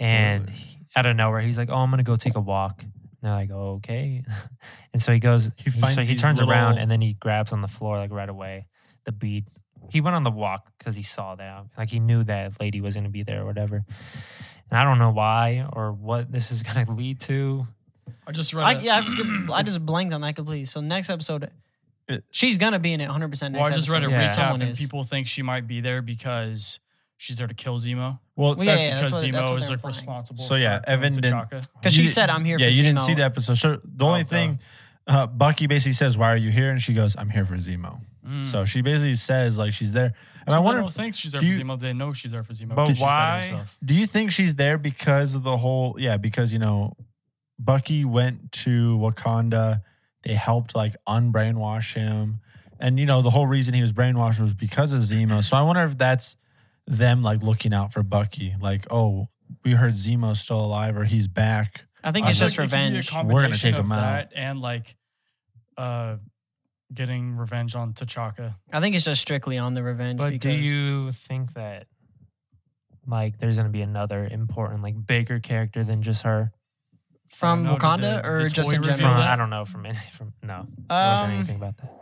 [SPEAKER 1] and he- out of nowhere he's like, "Oh, I'm gonna go take a walk." And they're like, oh, "Okay," and so he goes. He
[SPEAKER 3] He finds
[SPEAKER 1] so he
[SPEAKER 3] these
[SPEAKER 1] turns around
[SPEAKER 3] little-
[SPEAKER 1] and then he grabs on the floor like right away the bead. He went on the walk because he saw that, like he knew that lady was gonna be there or whatever. And I don't know why or what this is gonna lead to.
[SPEAKER 4] I just read.
[SPEAKER 2] I,
[SPEAKER 4] it.
[SPEAKER 2] yeah, I- I just blanked on that completely. So next episode,
[SPEAKER 3] It-
[SPEAKER 2] she's gonna be in it 100. percent
[SPEAKER 4] Well, I just read a
[SPEAKER 1] Yeah.
[SPEAKER 4] recap,
[SPEAKER 2] Someone
[SPEAKER 4] and
[SPEAKER 2] is.
[SPEAKER 4] people think she might be there because she's there to kill Zemo.
[SPEAKER 3] Well,
[SPEAKER 2] Well,
[SPEAKER 3] that-
[SPEAKER 2] yeah, that's
[SPEAKER 4] because
[SPEAKER 2] what- that's
[SPEAKER 4] Zemo
[SPEAKER 2] what
[SPEAKER 4] is
[SPEAKER 2] they're
[SPEAKER 4] like
[SPEAKER 2] implying.
[SPEAKER 4] responsible.
[SPEAKER 3] So, yeah,
[SPEAKER 4] for
[SPEAKER 3] Evan
[SPEAKER 4] killing
[SPEAKER 3] didn't-
[SPEAKER 4] T'Chaka.
[SPEAKER 2] because
[SPEAKER 3] you
[SPEAKER 2] she
[SPEAKER 3] did-
[SPEAKER 2] said, "I'm here."
[SPEAKER 3] yeah,
[SPEAKER 2] for
[SPEAKER 3] you didn't
[SPEAKER 2] Zemo."
[SPEAKER 3] see the episode. Sure, the only
[SPEAKER 4] Oh, duh.
[SPEAKER 3] thing, uh, Bucky basically says, "Why are you here?" And she goes, "I'm here for Zemo."
[SPEAKER 1] Hmm.
[SPEAKER 4] Mm.
[SPEAKER 3] So she basically says like she's there, and I
[SPEAKER 4] Some
[SPEAKER 3] wonder.
[SPEAKER 4] people don't think she's there
[SPEAKER 3] do
[SPEAKER 4] for
[SPEAKER 3] you-
[SPEAKER 4] Zemo. They know she's there for Zemo.
[SPEAKER 1] But
[SPEAKER 4] because she said it
[SPEAKER 1] why-
[SPEAKER 4] herself.
[SPEAKER 3] Do you think she's there because of the whole? Yeah, because you know, Bucky went to Wakanda. They helped like unbrainwash him, and you know the whole reason he was brainwashed was because of Zemo. So I wonder if that's them like looking out for Bucky, like oh, we heard Zemo's still alive or he's back.
[SPEAKER 2] I think
[SPEAKER 3] I
[SPEAKER 2] it's
[SPEAKER 3] was
[SPEAKER 2] just
[SPEAKER 4] like, it could be a
[SPEAKER 2] revenge.
[SPEAKER 3] We're gonna
[SPEAKER 4] combination
[SPEAKER 3] take
[SPEAKER 4] of
[SPEAKER 3] him out.
[SPEAKER 4] that and like, uh, getting revenge on T'Chaka.
[SPEAKER 2] I think it's just strictly on the revenge.
[SPEAKER 1] But do
[SPEAKER 2] because
[SPEAKER 1] you think that like there's gonna be another important like bigger character than just her?
[SPEAKER 2] from
[SPEAKER 4] I don't know, did
[SPEAKER 2] Wakanda
[SPEAKER 4] the-
[SPEAKER 2] or
[SPEAKER 4] did the
[SPEAKER 2] just
[SPEAKER 4] toy
[SPEAKER 2] in
[SPEAKER 4] reveal
[SPEAKER 1] From,
[SPEAKER 2] general?
[SPEAKER 1] I
[SPEAKER 4] that?
[SPEAKER 1] don't know from any from no. There wasn't anything
[SPEAKER 2] Um,
[SPEAKER 1] about that.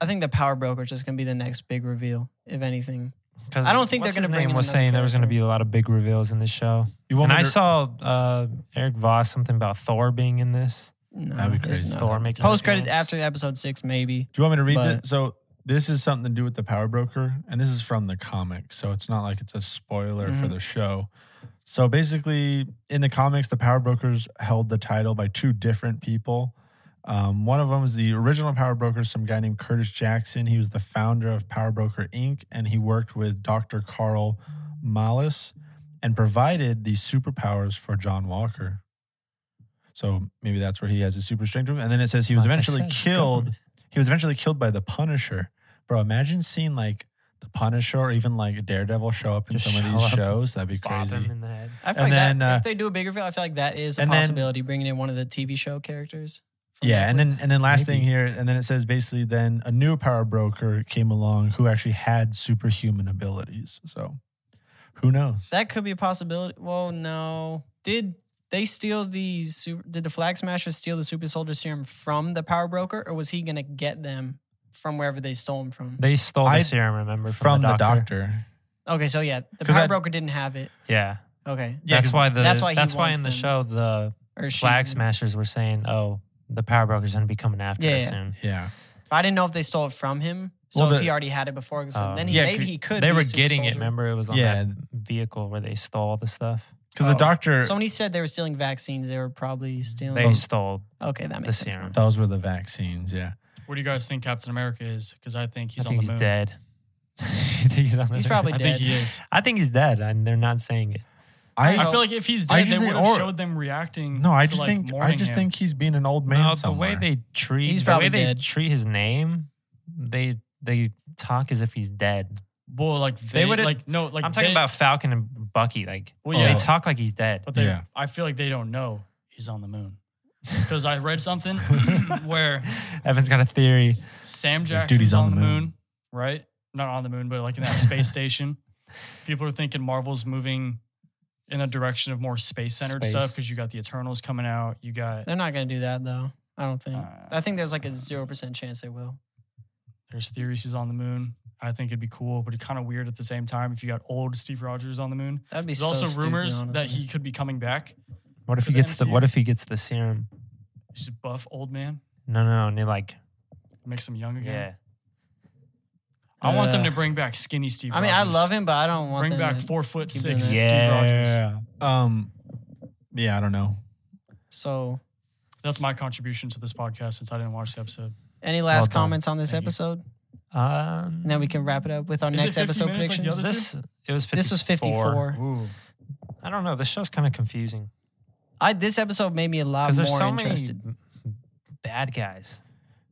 [SPEAKER 2] I think the power broker is just gonna be the next big reveal, if anything.
[SPEAKER 1] 'Cause
[SPEAKER 2] I don't think they're
[SPEAKER 1] what's his
[SPEAKER 2] gonna bring
[SPEAKER 1] name
[SPEAKER 2] in
[SPEAKER 1] was
[SPEAKER 2] another
[SPEAKER 1] saying there was gonna be a lot of big reveals in this show.
[SPEAKER 3] You
[SPEAKER 1] And
[SPEAKER 3] me
[SPEAKER 1] I
[SPEAKER 3] to-
[SPEAKER 1] saw uh, Eric Voss something about Thor being in this.
[SPEAKER 2] No,
[SPEAKER 3] That'd be
[SPEAKER 2] there's
[SPEAKER 3] crazy.
[SPEAKER 2] no-
[SPEAKER 1] Thor makes an
[SPEAKER 2] Post credits
[SPEAKER 1] appearance.
[SPEAKER 2] after episode six, maybe.
[SPEAKER 3] Do you want me to read
[SPEAKER 2] But-
[SPEAKER 3] this? So this is something to do with the power broker, and this is from the comic. So it's not like it's a spoiler for
[SPEAKER 2] Mhm.
[SPEAKER 1] Mm-hmm.
[SPEAKER 3] the show. So basically, in the comics, the power brokers held the title by two different people. Um, one of them was the original power broker, some guy named Curtis Jackson. He was the founder of Power Broker Inc., and he worked with Dr. Carl Malice and provided the superpowers for John Walker. So maybe that's where he has his super strength. from. And then it says he was
[SPEAKER 1] Like I
[SPEAKER 3] eventually
[SPEAKER 1] said,
[SPEAKER 3] killed
[SPEAKER 1] government.
[SPEAKER 3] he was eventually killed by the Punisher. Bro, imagine seeing like the Punisher or even like Daredevil show up in
[SPEAKER 1] Just
[SPEAKER 3] some of
[SPEAKER 1] show
[SPEAKER 3] these
[SPEAKER 1] up,
[SPEAKER 3] shows. That'd be
[SPEAKER 1] Bop
[SPEAKER 3] crazy.
[SPEAKER 1] him in the head.
[SPEAKER 2] I feel
[SPEAKER 3] And
[SPEAKER 2] like
[SPEAKER 3] then,
[SPEAKER 2] that,
[SPEAKER 3] uh,
[SPEAKER 2] if they do a big reveal, I feel like that is a
[SPEAKER 3] and then-
[SPEAKER 2] possibility. bringing in one of the TV show characters. From
[SPEAKER 3] Yeah, and then
[SPEAKER 2] Netflix.
[SPEAKER 3] and then last
[SPEAKER 1] Maybe.
[SPEAKER 3] thing here, and then it says basically then a new power broker came along who actually had superhuman abilities. So who knows?
[SPEAKER 2] That could be a possibility. Well, no. Did they steal the super, did the Flag Smashers steal the Super Soldier Serum from the Power Broker, or was he gonna get them from wherever they stole them from?
[SPEAKER 1] They stole the
[SPEAKER 3] I-
[SPEAKER 1] serum, remember,
[SPEAKER 3] From, the, doctor.
[SPEAKER 2] Okay, so yeah, the
[SPEAKER 3] 'Cause
[SPEAKER 2] Power
[SPEAKER 3] I-
[SPEAKER 2] Broker didn't have it.
[SPEAKER 1] Yeah.
[SPEAKER 2] Okay,
[SPEAKER 3] Yeah,
[SPEAKER 1] That's
[SPEAKER 3] 'cause-
[SPEAKER 1] why the
[SPEAKER 2] that's
[SPEAKER 1] that's
[SPEAKER 2] why he
[SPEAKER 1] why, that's why
[SPEAKER 2] wants
[SPEAKER 1] in the
[SPEAKER 2] them.
[SPEAKER 1] show the
[SPEAKER 2] or she
[SPEAKER 1] Flag
[SPEAKER 2] didn't.
[SPEAKER 1] Smashers were saying, Oh, the power broker's gonna be coming after
[SPEAKER 2] Yeah,
[SPEAKER 1] us
[SPEAKER 2] yeah.
[SPEAKER 1] soon.
[SPEAKER 3] Yeah.
[SPEAKER 2] I didn't know if they stole it from him. So
[SPEAKER 3] Well,
[SPEAKER 2] if
[SPEAKER 3] the-
[SPEAKER 2] he already had it before, so
[SPEAKER 1] Um,
[SPEAKER 2] then he,
[SPEAKER 3] Yeah,
[SPEAKER 2] maybe
[SPEAKER 3] c-
[SPEAKER 2] he could.
[SPEAKER 1] they
[SPEAKER 2] be a
[SPEAKER 1] were
[SPEAKER 2] super
[SPEAKER 1] getting it.
[SPEAKER 2] soldier.
[SPEAKER 1] Remember, it was on
[SPEAKER 3] Yeah.
[SPEAKER 1] that vehicle where they stole all the stuff.
[SPEAKER 3] Because the
[SPEAKER 1] Oh.
[SPEAKER 3] doctor,
[SPEAKER 2] Somebody said they were stealing vaccines. They were probably stealing.
[SPEAKER 3] Oh.
[SPEAKER 1] They stole.
[SPEAKER 2] okay, that makes sense.
[SPEAKER 1] serum.
[SPEAKER 3] those were the vaccines. Yeah.
[SPEAKER 4] Where do you guys think Captain America is? Because I think he's
[SPEAKER 1] I
[SPEAKER 4] on
[SPEAKER 1] think
[SPEAKER 4] the
[SPEAKER 1] he's
[SPEAKER 4] moon.
[SPEAKER 1] dead. You think he's on the
[SPEAKER 2] He's
[SPEAKER 1] moon?
[SPEAKER 2] probably
[SPEAKER 4] I think
[SPEAKER 2] dead.
[SPEAKER 4] he is.
[SPEAKER 1] I think he's dead, and they're not saying it.
[SPEAKER 3] I,
[SPEAKER 4] I feel like if he's
[SPEAKER 3] I
[SPEAKER 4] dead, they
[SPEAKER 3] just
[SPEAKER 4] would
[SPEAKER 3] think-
[SPEAKER 4] have
[SPEAKER 3] or-
[SPEAKER 4] showed them reacting.
[SPEAKER 3] no, I
[SPEAKER 4] to,
[SPEAKER 3] just
[SPEAKER 4] like,
[SPEAKER 3] think I
[SPEAKER 4] mourning
[SPEAKER 3] just
[SPEAKER 4] him.
[SPEAKER 3] think he's being an old man.
[SPEAKER 1] No, the
[SPEAKER 3] somewhere.
[SPEAKER 1] way they treat
[SPEAKER 2] He's
[SPEAKER 1] the
[SPEAKER 2] probably
[SPEAKER 1] way they
[SPEAKER 2] dead.
[SPEAKER 1] treat his name, they they talk as if he's dead.
[SPEAKER 4] Well, like they, would
[SPEAKER 1] would've-
[SPEAKER 4] like no, like
[SPEAKER 1] I'm talking
[SPEAKER 4] they-
[SPEAKER 1] about Falcon and Bucky. Like
[SPEAKER 4] Well,
[SPEAKER 3] yeah.
[SPEAKER 1] they talk like he's dead.
[SPEAKER 4] But they,
[SPEAKER 3] Yeah.
[SPEAKER 4] I feel like they don't know he's on the moon because I read something where
[SPEAKER 1] Evan's got a theory.
[SPEAKER 4] Sam
[SPEAKER 3] Like,
[SPEAKER 4] Jackson's
[SPEAKER 3] dude, he's
[SPEAKER 4] on, the moon. right? Not on the moon, but like in that space station. People are thinking Marvel's moving in the direction of more space-centered stuff
[SPEAKER 1] Space.
[SPEAKER 4] because you got the Eternals coming out. You got
[SPEAKER 2] They're not gonna do that though. I don't think.
[SPEAKER 4] Uh,
[SPEAKER 2] I think there's like a zero percent chance they will.
[SPEAKER 4] there's theories he's on the moon. I think it'd be cool, but kind of weird at the same time if you got old Steve Rogers on the moon.
[SPEAKER 2] That'd be
[SPEAKER 4] There's
[SPEAKER 2] so
[SPEAKER 4] also
[SPEAKER 2] stupid,
[SPEAKER 4] rumors that
[SPEAKER 2] honestly.
[SPEAKER 4] he could be coming back.
[SPEAKER 1] What if
[SPEAKER 4] For
[SPEAKER 1] he
[SPEAKER 4] the
[SPEAKER 1] gets the
[SPEAKER 4] MCU.
[SPEAKER 1] What if he gets the serum?
[SPEAKER 4] He's a buff old man,
[SPEAKER 1] No, no, no. And they're like,
[SPEAKER 4] makes him young again.
[SPEAKER 1] yeah,
[SPEAKER 4] I want them
[SPEAKER 2] Uh,
[SPEAKER 4] to bring back skinny Steve.
[SPEAKER 2] I mean, I
[SPEAKER 4] Rogers.
[SPEAKER 2] love him, but I don't want
[SPEAKER 4] Bring
[SPEAKER 2] them
[SPEAKER 4] back
[SPEAKER 2] to-
[SPEAKER 4] four foot
[SPEAKER 2] keep doing
[SPEAKER 4] six
[SPEAKER 2] that.
[SPEAKER 4] Steve Rogers.
[SPEAKER 3] Yeah. Um. Yeah, I don't know.
[SPEAKER 2] So,
[SPEAKER 4] That's my contribution to this podcast since I didn't watch the episode.
[SPEAKER 2] any last
[SPEAKER 1] done.
[SPEAKER 2] comments on this
[SPEAKER 4] Thank you.
[SPEAKER 2] episode,
[SPEAKER 1] um,
[SPEAKER 2] and then we can wrap it up with our
[SPEAKER 4] Is it
[SPEAKER 2] next
[SPEAKER 4] 50
[SPEAKER 2] episode
[SPEAKER 4] minutes like the
[SPEAKER 2] predictions.
[SPEAKER 4] other
[SPEAKER 1] this it was 54.
[SPEAKER 2] This was 54.
[SPEAKER 4] Ooh.
[SPEAKER 1] I don't know. This show's kind of confusing
[SPEAKER 2] I this episode made me a lot
[SPEAKER 1] because there's
[SPEAKER 2] more
[SPEAKER 1] so
[SPEAKER 2] interested.
[SPEAKER 1] many bad guys,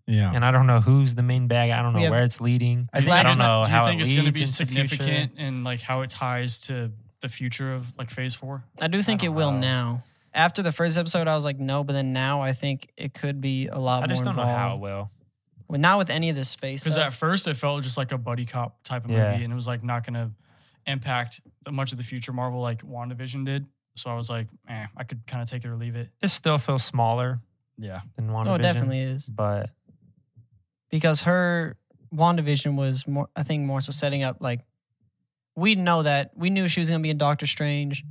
[SPEAKER 3] Yeah.
[SPEAKER 1] and I don't know who's the main bad guy. I don't
[SPEAKER 2] We
[SPEAKER 1] know
[SPEAKER 2] have-
[SPEAKER 1] where it's leading.
[SPEAKER 3] I think
[SPEAKER 1] I don't
[SPEAKER 3] it's-
[SPEAKER 1] know
[SPEAKER 4] Do you
[SPEAKER 1] how
[SPEAKER 4] think
[SPEAKER 1] it
[SPEAKER 4] it's
[SPEAKER 1] leads
[SPEAKER 4] to be
[SPEAKER 1] into the future.
[SPEAKER 4] significant and like how it ties to the future of like phase four?
[SPEAKER 2] I do think
[SPEAKER 1] I
[SPEAKER 2] it
[SPEAKER 1] don't
[SPEAKER 2] will
[SPEAKER 1] know.
[SPEAKER 2] now. After the first episode, I was like, no, but then now I think it could be a lot
[SPEAKER 1] I
[SPEAKER 2] more
[SPEAKER 1] just don't know
[SPEAKER 2] involved.
[SPEAKER 1] how it will.
[SPEAKER 2] Well, not with any of this space.
[SPEAKER 4] Because
[SPEAKER 2] Stuff.
[SPEAKER 4] at first it felt just like a buddy cop type of
[SPEAKER 1] Yeah.
[SPEAKER 4] movie and it was like not going to impact the- much of the future Marvel like WandaVision did. So I was like, eh, I could kind of take it or leave it.
[SPEAKER 1] It still feels smaller
[SPEAKER 4] Yeah.
[SPEAKER 1] than WandaVision.
[SPEAKER 2] oh, it definitely is
[SPEAKER 1] But
[SPEAKER 2] because her WandaVision was more. I think more so setting up like we know that we knew she was going to be in Doctor Strange.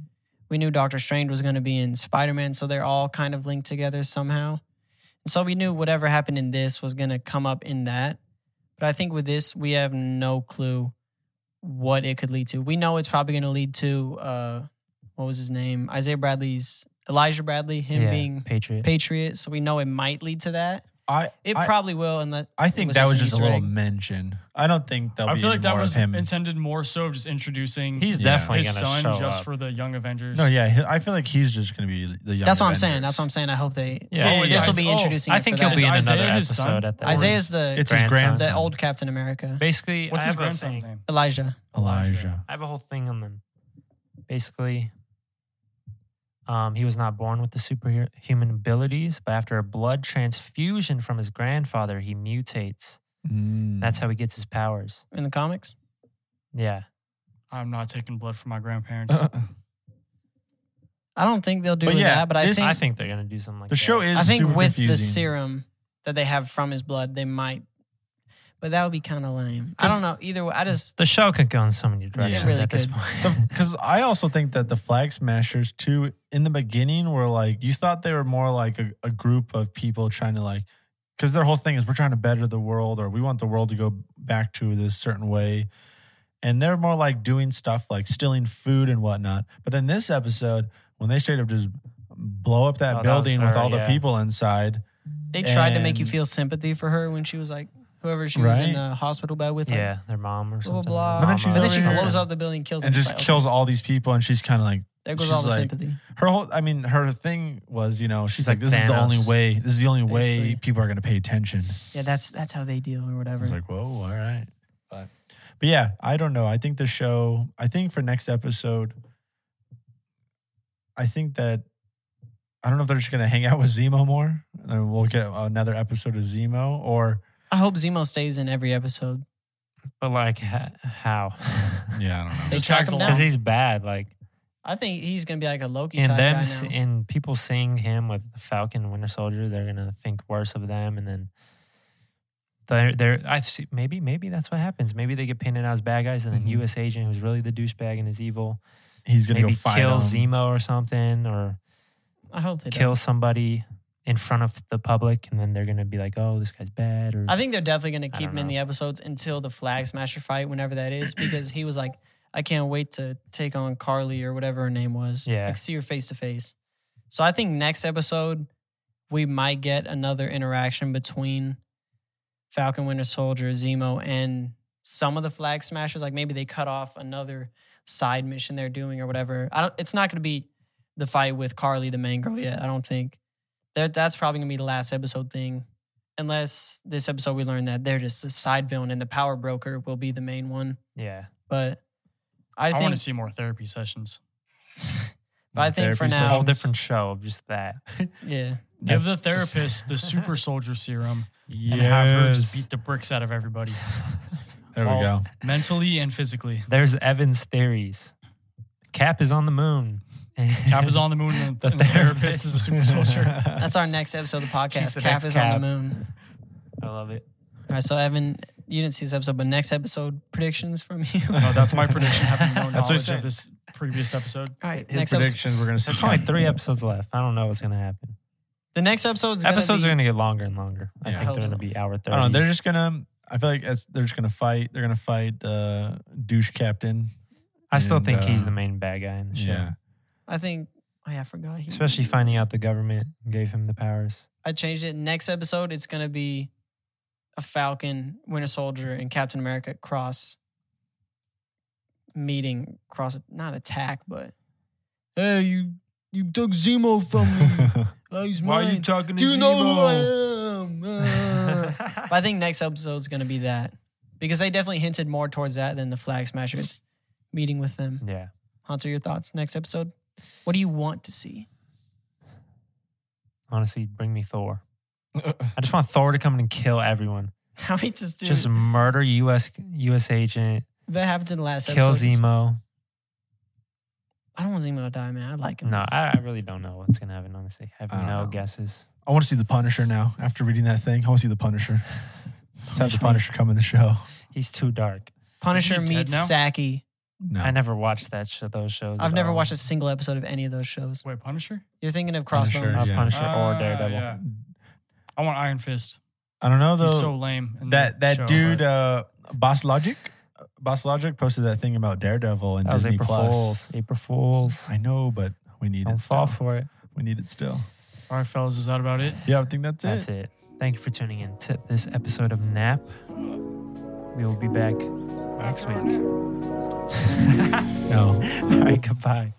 [SPEAKER 2] We knew Doctor Strange was going to be in Spider Man, so they're all kind of linked together somehow. And so we knew whatever happened in this was going to come up in that. But I think with this, we have no clue what it could lead to. We know it's probably going to lead to uh, what was his name, Isaiah Bradley's Elijah Bradley, him
[SPEAKER 1] yeah,
[SPEAKER 2] being
[SPEAKER 1] Patriot.
[SPEAKER 2] Patriot. So we know it might lead to that.
[SPEAKER 3] I
[SPEAKER 2] It
[SPEAKER 3] I,
[SPEAKER 2] probably will, unless
[SPEAKER 3] I think
[SPEAKER 2] was
[SPEAKER 3] that
[SPEAKER 2] just
[SPEAKER 3] was
[SPEAKER 2] an
[SPEAKER 3] just a
[SPEAKER 2] Easter
[SPEAKER 3] little
[SPEAKER 2] egg.
[SPEAKER 3] mention. I don't think that.
[SPEAKER 4] I feel like that was
[SPEAKER 3] him.
[SPEAKER 4] intended more so of just introducing
[SPEAKER 1] He's
[SPEAKER 3] Yeah.
[SPEAKER 1] definitely
[SPEAKER 4] his
[SPEAKER 1] gonna
[SPEAKER 4] son
[SPEAKER 1] show
[SPEAKER 4] just
[SPEAKER 1] up.
[SPEAKER 4] for the Young Avengers.
[SPEAKER 3] no, yeah, he- I feel like he's just gonna be the young.
[SPEAKER 2] That's what I'm saying.
[SPEAKER 3] Avengers.
[SPEAKER 2] That's what I'm saying. I hope they.
[SPEAKER 1] Yeah,
[SPEAKER 4] Oh, is
[SPEAKER 2] this will
[SPEAKER 4] Isaiah-
[SPEAKER 2] be
[SPEAKER 4] oh,
[SPEAKER 2] introducing.
[SPEAKER 1] I
[SPEAKER 2] it
[SPEAKER 1] think
[SPEAKER 2] for
[SPEAKER 1] he'll
[SPEAKER 2] that.
[SPEAKER 1] be in
[SPEAKER 4] Is
[SPEAKER 1] another
[SPEAKER 4] Isaiah his son?
[SPEAKER 1] episode at that.
[SPEAKER 2] Isaiah's the
[SPEAKER 3] It's his grandson.
[SPEAKER 2] the old Captain America.
[SPEAKER 1] Basically, I
[SPEAKER 4] What's his
[SPEAKER 1] have a
[SPEAKER 4] grandson's
[SPEAKER 1] thing.
[SPEAKER 4] name?
[SPEAKER 2] Elijah.
[SPEAKER 3] Elijah.
[SPEAKER 1] I have a whole thing on them. Basically, um, he was not born with the superhuman abilities, but after a blood transfusion from his grandfather, he mutates.
[SPEAKER 3] Mm.
[SPEAKER 1] That's how he gets his powers.
[SPEAKER 2] in the comics.
[SPEAKER 1] Yeah.
[SPEAKER 4] I'm not taking blood from my grandparents.
[SPEAKER 3] Uh, Mm.
[SPEAKER 2] I don't think they'll do
[SPEAKER 3] But
[SPEAKER 2] with
[SPEAKER 3] yeah,
[SPEAKER 2] that, but I
[SPEAKER 3] this-
[SPEAKER 2] think
[SPEAKER 1] I think they're going to do something like
[SPEAKER 3] the show
[SPEAKER 1] that.
[SPEAKER 3] is.
[SPEAKER 2] I think
[SPEAKER 3] super
[SPEAKER 2] with the
[SPEAKER 3] confusing.
[SPEAKER 2] serum that they have from his blood, they might. But that would be kind of lame. I don't know. Either way, I just
[SPEAKER 1] The show could go in so many directions
[SPEAKER 2] really
[SPEAKER 1] at this
[SPEAKER 2] could.
[SPEAKER 1] point.
[SPEAKER 3] Because I also think that the Flag Smashers too, in the beginning, were like you thought they were more like a, a group of people trying to like, because their whole thing is we're trying to better the world or we want the world to go back to this certain way, and they're more like doing stuff like stealing food and whatnot. But then this episode, when they straight up just blow up that
[SPEAKER 1] Oh, that was
[SPEAKER 3] building with
[SPEAKER 1] her,
[SPEAKER 3] all
[SPEAKER 1] yeah.
[SPEAKER 3] the people inside,
[SPEAKER 2] they tried to make you
[SPEAKER 3] And-
[SPEAKER 2] feel sympathy for her when she was like whoever she was in
[SPEAKER 3] Right.
[SPEAKER 2] the hospital bed with. like,
[SPEAKER 1] yeah, their mom or
[SPEAKER 2] Blah, blah,
[SPEAKER 1] something.
[SPEAKER 2] blah.
[SPEAKER 3] But then she's
[SPEAKER 2] But then
[SPEAKER 3] over
[SPEAKER 2] she
[SPEAKER 3] here.
[SPEAKER 2] blows up the building, kills
[SPEAKER 3] and
[SPEAKER 2] him. It's
[SPEAKER 3] just
[SPEAKER 2] like, okay,
[SPEAKER 3] kills all these people, and she's kind of like.
[SPEAKER 2] There goes
[SPEAKER 3] she's
[SPEAKER 2] all the
[SPEAKER 3] like-
[SPEAKER 2] sympathy.
[SPEAKER 3] her whole i mean her thing was you know she's like
[SPEAKER 1] like
[SPEAKER 3] this is the only
[SPEAKER 1] Thanos.
[SPEAKER 3] way this is the only
[SPEAKER 2] Basically.
[SPEAKER 3] way people are going to pay attention
[SPEAKER 2] Yeah, that's that's how they deal or
[SPEAKER 3] i
[SPEAKER 2] whatever.
[SPEAKER 3] was like whoa all right but but yeah i don't know i think the show i think for next episode i think that i don't know if they're just going to hang out with zemo more and then we'll get another episode of zemo or
[SPEAKER 2] I hope Zemo stays in every episode.
[SPEAKER 1] But like, ha- how?
[SPEAKER 3] yeah i don't know
[SPEAKER 2] They
[SPEAKER 4] Just
[SPEAKER 2] track
[SPEAKER 4] tags
[SPEAKER 2] him
[SPEAKER 4] along.
[SPEAKER 2] down.
[SPEAKER 1] Because he's bad. Like,
[SPEAKER 2] I think he's gonna be like a Loki
[SPEAKER 1] and
[SPEAKER 2] type
[SPEAKER 1] them
[SPEAKER 2] guy
[SPEAKER 1] s-
[SPEAKER 2] now.
[SPEAKER 1] and people seeing him with Falcon and Winter Soldier, they're gonna think worse of them, and then they're they're I see, maybe maybe that's what happens. Maybe they get painted out as bad guys, and then
[SPEAKER 3] Mhm.
[SPEAKER 1] U.S. agent who's really the douchebag and is evil,
[SPEAKER 3] he's going to go
[SPEAKER 1] maybe
[SPEAKER 3] fight
[SPEAKER 1] kill
[SPEAKER 3] him.
[SPEAKER 1] Zemo or something, or
[SPEAKER 2] I hope they
[SPEAKER 1] kill somebody in front of the public, and then they're gonna be like, oh, this guy's bad, or
[SPEAKER 2] I think they're definitely going
[SPEAKER 1] I
[SPEAKER 2] to keep
[SPEAKER 1] don't
[SPEAKER 2] him in
[SPEAKER 1] know.
[SPEAKER 2] the episodes until the Flag Smasher fight, whenever that is, because he was like, I can't wait to take on Carly or whatever her name was.
[SPEAKER 1] Yeah.
[SPEAKER 2] Like see her face to face. So I think next episode we might get another interaction between Falcon Winter Soldier, Zemo, and some of the flag smashers. Like maybe they cut off another side mission they're doing or whatever. I don't it's not gonna be the fight with Carly, the main girl yet. I don't think. That that's probably gonna be the last episode thing. Unless this episode we learn that they're just a side villain and the power broker will be the main one.
[SPEAKER 1] Yeah.
[SPEAKER 2] But I,
[SPEAKER 4] I,
[SPEAKER 2] think
[SPEAKER 4] want to see more therapy sessions.
[SPEAKER 2] But I think for
[SPEAKER 3] Therapy
[SPEAKER 1] A whole
[SPEAKER 2] now-
[SPEAKER 1] different show of just that.
[SPEAKER 2] yeah.
[SPEAKER 4] Give the therapist the super soldier serum
[SPEAKER 3] Yes.
[SPEAKER 4] and have her just beat the bricks out of everybody,
[SPEAKER 3] there we
[SPEAKER 4] all-
[SPEAKER 3] go.
[SPEAKER 4] mentally and physically.
[SPEAKER 1] There's Evan's theories. Cap is on the moon.
[SPEAKER 4] Cap is on the moon, and,
[SPEAKER 1] The
[SPEAKER 4] and the therapist
[SPEAKER 1] therapist.
[SPEAKER 4] is a super soldier.
[SPEAKER 2] That's our next episode of the
[SPEAKER 1] She's
[SPEAKER 2] podcast.
[SPEAKER 1] the
[SPEAKER 2] Cap
[SPEAKER 1] next
[SPEAKER 2] is
[SPEAKER 1] Cap.
[SPEAKER 2] on the moon.
[SPEAKER 1] I love it.
[SPEAKER 2] All right, so Evan, you didn't see this episode, but next episode predictions from you. All
[SPEAKER 4] No, that's my prediction. Having no
[SPEAKER 3] That's what
[SPEAKER 4] knowledge
[SPEAKER 3] he said.
[SPEAKER 4] of this previous episode,
[SPEAKER 2] right,
[SPEAKER 3] His
[SPEAKER 2] next
[SPEAKER 3] predictions.
[SPEAKER 2] episode.
[SPEAKER 3] We're gonna see.
[SPEAKER 1] There's only three episodes left. I don't know what's gonna happen.
[SPEAKER 2] The next episode's gonna
[SPEAKER 1] Episodes
[SPEAKER 2] be,
[SPEAKER 1] are gonna get longer and longer. I
[SPEAKER 3] Yeah.
[SPEAKER 1] think
[SPEAKER 2] Hope
[SPEAKER 1] they're gonna
[SPEAKER 2] so.
[SPEAKER 1] be hour
[SPEAKER 3] I
[SPEAKER 1] thirty.
[SPEAKER 3] don't know. They're just gonna. I feel like it's, they're just gonna fight. They're gonna fight the douche captain.
[SPEAKER 1] I still
[SPEAKER 3] and,
[SPEAKER 1] think he's
[SPEAKER 3] uh,
[SPEAKER 1] the main bad guy in the show.
[SPEAKER 3] Yeah.
[SPEAKER 2] I think. Oh yeah, I forgot. he was-
[SPEAKER 1] Especially finding out the government gave him the powers.
[SPEAKER 2] I changed it. Next episode, it's gonna be a Falcon, Winter Soldier, and Captain America cross meeting, cross not attack, but hey, you you took Zemo from me. Oh, he's mine.
[SPEAKER 3] talking
[SPEAKER 2] Do you know who I am? Uh. But I think next episode's gonna be that because they definitely hinted more towards that than the Flag Smashers meeting with them.
[SPEAKER 1] yeah.
[SPEAKER 2] Hunter, your thoughts next episode? What do you want to see?
[SPEAKER 1] Honestly, bring me Thor. I just want Thor to come in and kill everyone.
[SPEAKER 2] How we just do
[SPEAKER 1] Just murder U.S. U.S. agent.
[SPEAKER 2] that happens in the last
[SPEAKER 1] Kill
[SPEAKER 2] episode.
[SPEAKER 1] Zemo.
[SPEAKER 2] I don't want Zemo to die, man. I like him.
[SPEAKER 1] No, I, I really don't know what's gonna happen. Honestly, I have
[SPEAKER 3] I don't
[SPEAKER 1] no
[SPEAKER 3] know.
[SPEAKER 1] guesses.
[SPEAKER 3] I want to see the Punisher now. After reading that thing, I want to see the Punisher. Let's have the Punisher come in the show.
[SPEAKER 1] He's too dark.
[SPEAKER 2] Punisher
[SPEAKER 4] Isn't he dead
[SPEAKER 2] meets
[SPEAKER 4] now?
[SPEAKER 2] Saki.
[SPEAKER 3] No,
[SPEAKER 1] I never watched that sh- those shows.
[SPEAKER 2] I've
[SPEAKER 1] at
[SPEAKER 2] never
[SPEAKER 1] all.
[SPEAKER 2] watched a single episode of any of those shows.
[SPEAKER 4] wait, Punisher?
[SPEAKER 2] You're thinking of
[SPEAKER 3] Punisher,
[SPEAKER 2] Crossbones.
[SPEAKER 1] Not
[SPEAKER 3] Yeah.
[SPEAKER 1] Punisher or
[SPEAKER 4] Ah,
[SPEAKER 1] Daredevil.
[SPEAKER 4] yeah. I want Iron Fist.
[SPEAKER 3] I don't know though.
[SPEAKER 4] He's so lame. in
[SPEAKER 3] that that
[SPEAKER 4] show,
[SPEAKER 3] dude,
[SPEAKER 4] but-
[SPEAKER 3] uh, Boss Logic, Boss Logic posted that thing about Daredevil and
[SPEAKER 1] That was
[SPEAKER 3] Disney
[SPEAKER 1] April
[SPEAKER 3] Plus.
[SPEAKER 1] Fools. April Fools.
[SPEAKER 3] I know, but we need
[SPEAKER 1] Don't
[SPEAKER 3] it.
[SPEAKER 1] fall
[SPEAKER 3] Still.
[SPEAKER 1] for it.
[SPEAKER 3] We need it still.
[SPEAKER 4] All right, fellas, is that about it?
[SPEAKER 3] Yeah, I think that's,
[SPEAKER 1] That's
[SPEAKER 3] it.
[SPEAKER 1] it. Thank you for tuning in to this episode of Nap. We will be back next week.
[SPEAKER 3] No.
[SPEAKER 1] All right, goodbye.